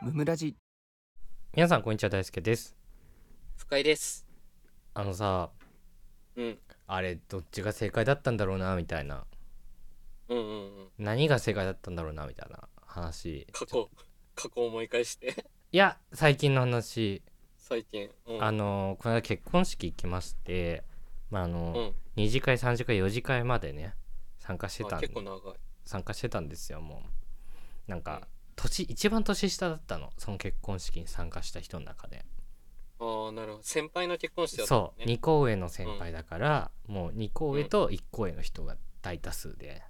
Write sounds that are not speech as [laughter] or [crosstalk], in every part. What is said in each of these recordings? ムムラジ皆さんこんにちは大輔です深井です。あのさうん。あれどっちが正解だったんだろうなみたいなうんうんうん。何何が正解だったんだろうなみたいな話過去、過去を思い返して、 [laughs] いや最近の話、最近。うん、あのこの間結婚式行きましてまああうの、ん、 2次会3次会4次会までね参加してあたん結構長い。参加してたんですよもうなんうんか年一番年下だったのその結婚式に参加した人の中でああ、なるほど。先輩の結婚式だったそもうんね。 2個上の先輩だから、もう2個上と1個上の人が大多数で、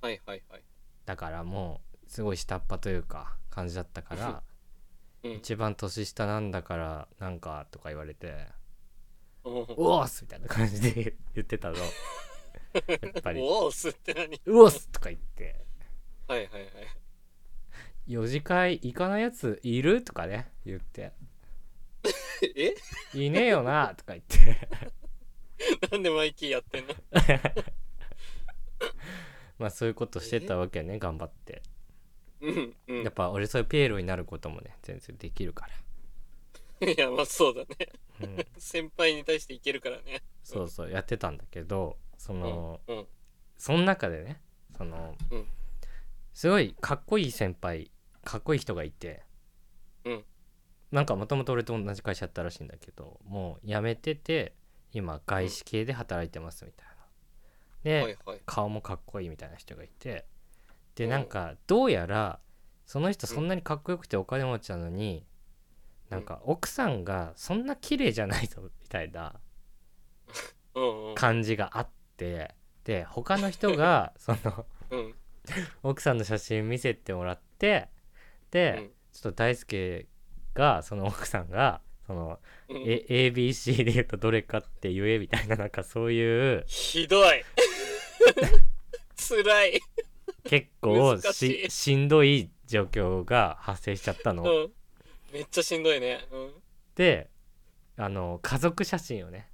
はいはいはい。だからもうすごい下っ端というか感じだったからうん。一番年下なんだからなんかとか言われて「おうおっす!」みたいな感じで [laughs] 言ってたのやっぱり「おーすって何うおっす!」とか言ってはいはいはい。「[laughs] 4次会行かないやついる?」とかね言ってえ [laughs] 「いねえよな」とか言って [laughs] なんでマイキーやってんのまあそういうことしてたわけね頑張ってうんうやっん。ぱ俺そういうピエロになることもね全然できるか [laughs] いや、まあそうだね。ら、うん、先輩に対していけるからね。そうそうやってたんだけどその、うん。うん。その中でねその、うんすごいかっこいい先輩かっこいい人がいて、うんなんかもともと俺と同じ会社だったらしいんだけどもう辞めてて今外資系で働いてますみたいな。で、はいはい。顔もかっこいいみたいな人がいてでうんなんかどうやらその人そんなにかっこよくてお金持ちなのに、うんなんか奥さんがそんな綺麗じゃないぞみたいな。うんうん。感じがあってで他の人 [laughs] がそのうん。奥さんの写真見せてもらってうで、ん。ちょっと大輔がその奥さんがその、うんえ ABC で言うとどれかって言えみたいななんかそういう [laughs] ひどい。つらい。結構難ししいしんどい状況が発生しちゃったの。うん。めっちゃしんどいね。であの家族写真をね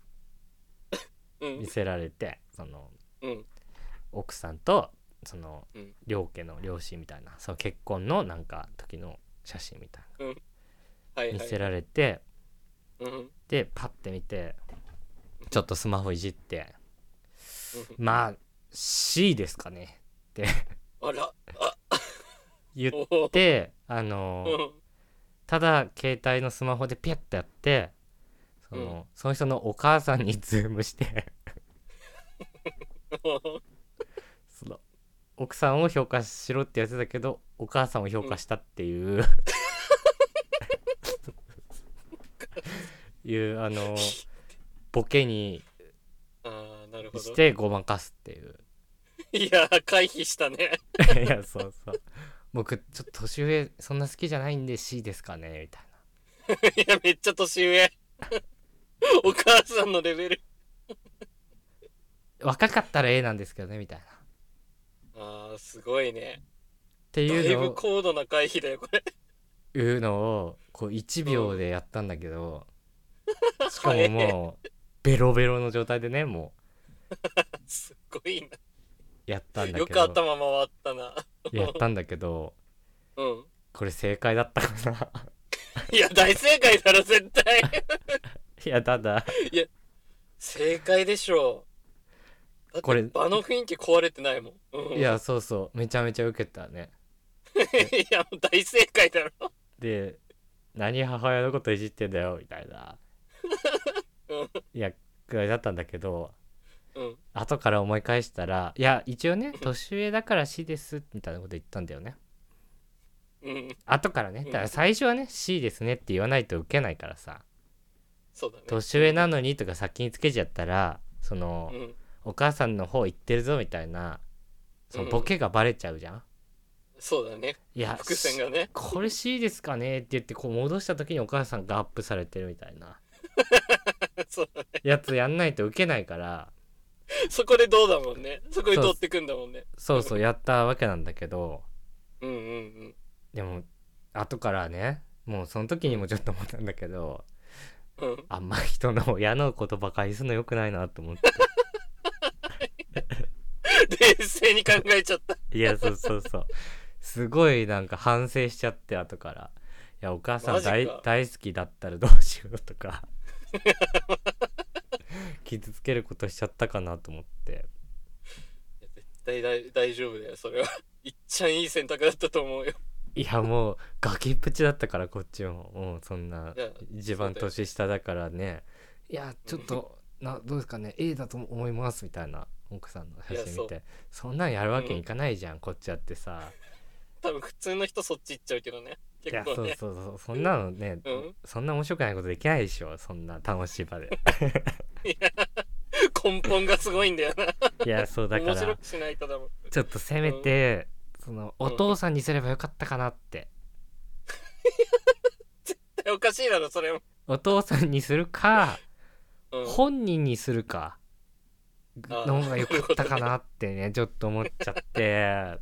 うん。う見ん。せられてそのうん。奥さんとその、うん両家の両親みたいなその結婚のなんか時の写真みたいな。はいはい。見せられてうん。うんでパッて見てちょっとスマホいじってまあ C ですかねあら。言っおーてあのうんただ携帯のスマホでピュッてやってその,、その人のお母さんにズームしてその奥さんを評価しろってやつだけどお母さんを評価したっていう、いうあのボケにああ、なるほど。してごまかすっていう。いやー、回避したね。 [laughs] いやそうそう僕ちょっと年上そんな好きじゃないんで C ですかねみたいいや、めっちゃ年上。 [laughs] お母さんのレベル。な若かったら A なんですけどねみたいなっああ、すごいね。てだいいうのぶを高度な回避だよ、これ。いうのをこう1秒でやったんだけど、しか早もい [laughs] もうベロベロの状態でねもすごいな。うやったんだよけくど頭回ったな。やったんだけどうん。これ正解だったかな [laughs] いや、大正解だろ、絶対。いやただ正解でしょう。だってこれ場の雰囲気壊れてないもん。うん、いやそうそうめちゃめちゃウケたね [laughs] いや、もう大正解だろ。で何母親のこといじってんだよみたいな [laughs] うんいやくらいだったんだけどうん。後から思い返したらいや一応ね年上だから死ですみたいなこと言ったんだよねうん。後からねだから最初はね C ですねって言わないと受けないからさそうだね。年上なのにとか先につけちゃったらそのうん。お母さんの方行ってるぞみたいなそのボケがバレちゃうじゃんそうだね。いや伏線がね。 [laughs] これ C ですかねって言ってこう戻した時にお母さんがアップされてるみたいなそうやつやんないと受けないから [laughs] そこでどうだもんね。そこで通ってくんだもんね。そうそうやったわけなんだけどうんうんうん。でも後からねもうその時にもちょっと思ったんだけどうん、あんま人の親のことばかりするのよくないなと思って。冷静に考えちゃった。いや、そうそうそう。すごいなんか反省しちゃって、後から。やお母さマんジか大大好きだったらどうしようと [laughs] か傷つけることしちゃったかなと思っていや絶対大大丈夫だよそれは [laughs] いっちゃんいい選択だったと思うよいやもう崖っぷちだったからこっちももうそんないや一番年下だからねいやちょっとなどうですかね A だと思いますみたいな奥さんの写いや真そう見てそんなんやるわけにいかないじゃん、こっちだってさ多分普通の人そっち行っちゃうけどねいや結そう構そうねそうそんなのね、うんそんな面白くないことできないでしょそんな楽しい場で [laughs] 根本がすごいんだよないやそうだか面白らくしないとだもんちょっとせめて、そのお父さんにすればよかったかなって、おかしいだろそれも、お父さんにするかうん、本人にするかあーの方が良かったかなってねちょっと思っちゃって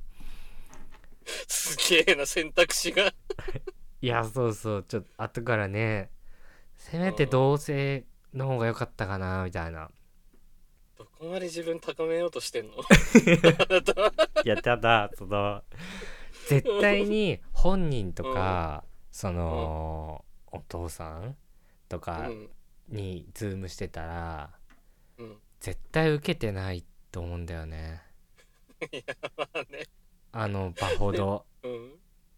すげえな選択肢がいやそうそうちょっと後からねせめて同性の方が良かったかなみたいなどこまで自分高めようとしてんのあな [laughs] たいやただその絶対に本人とかそのお父さんとかうんにズームしてたらうん絶対受けてないと思うんだよ [laughs] ねいやまあねあの場ほどうん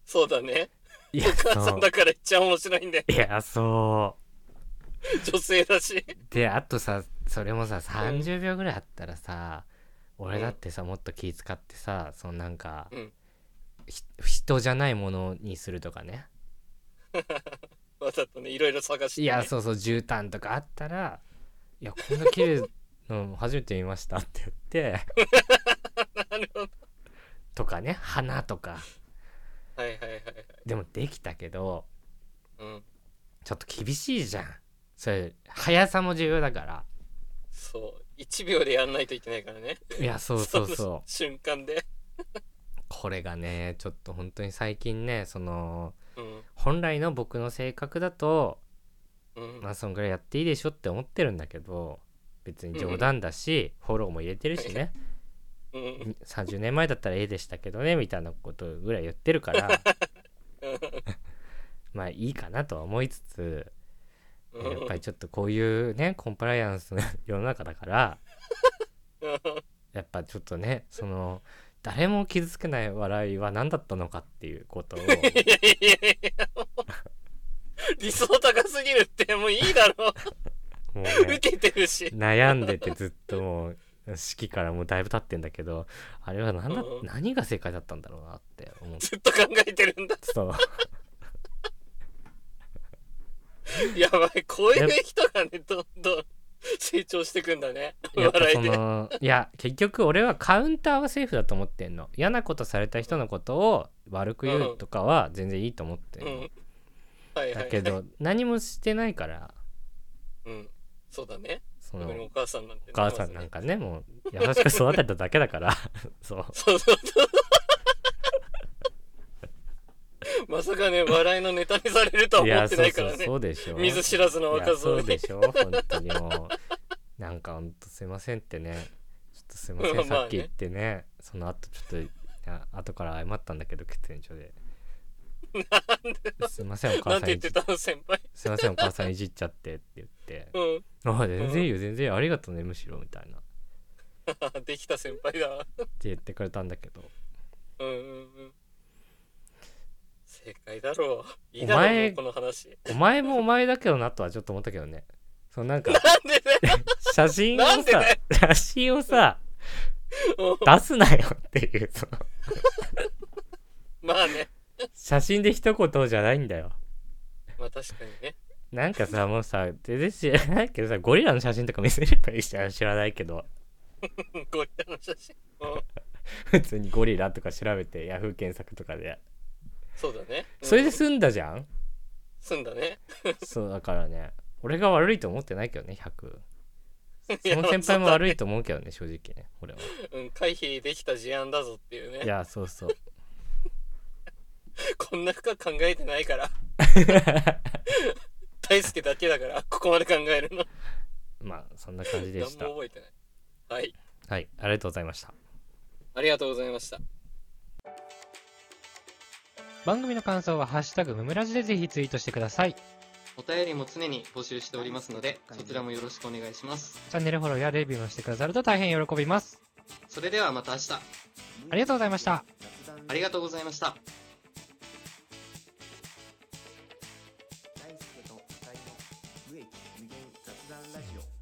そうだね [laughs] いおや母さそんう [laughs] だからいっちゃん面白いんだよいやそう女性だしであとさそれもさ30秒ぐらいあったらさ、俺だってさもっと気遣ってさそのなんか、うんひ人じゃないものにするとかねわざとねいろいろ探して、いね、やそうそう絨毯とかあったら「いやこんな綺麗の初めて見ました」って [laughs] 言ってなるほどとかね花とかはいはいはいはいでもできたけどうんちょっと厳しいじゃんそれ速さも重要だからそう1秒でやんないといけないからねいやそうそうのそう瞬間でこれがねちょっと本当に最近ねそのうん本来の僕の性格だとうんまあそんぐらいやっていいでしょって思ってるんだけど別に冗談だし、フォローも入れてるしねうんうん30年前だったら A でしたけどねみたいなことぐらい言ってるから [laughs] まあいいかなとは思いつつやっぱりちょっとこういうねコンプライアンスの世の中だからやっぱちょっとねその誰も傷つけない笑いは何だったのかっていうことをいやいやいやもう理想高すぎるってもういいだ [laughs] ろもう受ねけてるし悩んでてずっともう式からもうだいぶ経ってんだけどあれは何だうん何が正解だったんだろうなって思っずっと考えてるんだ [laughs] そうやばいこういう人がねどんどん成長してくんだねやっぱ笑そいでのいや結局俺はカウンターはセーフだと思ってんの嫌なことされた人のことを悪く言うとかは全然いいと思ってんうの、んはいはい、はい、だけど何もしてないからうんそうだねそ特にのお母さんなんてねお母さんなんかねもう優しく育てただけだから [laughs] そうそうそうそう。まさかね、笑いのネタにされるとはい思やってそなういかそらうねそ。うでしょ水知らずのいや若そう造でで。しょ本当にもうなんかほんとすいませんってねちょっとすいません、まあねさっき言ってねその後ちょっとあ後から謝ったんだけど喫煙所でですいませんおな母んさんて言いっじてたの先輩。すいませんお母さんいじっちゃってって言ってうん。あ全然いいよ全然いいよありがとうねむしろみたいなっ [laughs] できた先輩だわ。て言ってくれたんだけどうんうんうん。正解だろう。いいおだろう前もう、この話。お前もお前だけどなとはちょっと思ったけどねそのなん [laughs] かなんでね。写真をなんでさ、ね写真をさうん出すなよっていうそのまあね。写真で一言じゃないんだよまあ確かにね。なんかさもうさ全然知らないけどさゴリラの写真とか見せればいいじゃん知らないけどうんゴリラの写真。うん。普通にゴリラとか調べてヤフー検索とかでそうだね。うんそれで。済んだじゃん済んだね。そうだからね俺が悪いと思ってないけどね100いそやの先輩も悪いと思うけどね正直ね俺はうん。回避できた事案だぞっていういね。やそうそうこんな深く考えてな [laughs] いから。大輔だけだから、ここまで考えるの。まあそんな感じで何したも覚えてない。はい。はいありがとうございましたありがとうございました。番組の感想は「ハッシュタグむむらじ」でぜひツイートしてくださいチお便りも常に募集しておりますので、そちらもよろしくお願いします。ャンネルフォローやレビューもしてくださると大変喜びますそれではまた明日、ありがとうございましたありがとうございました。大輔と二人の無益無限雑談ラジオ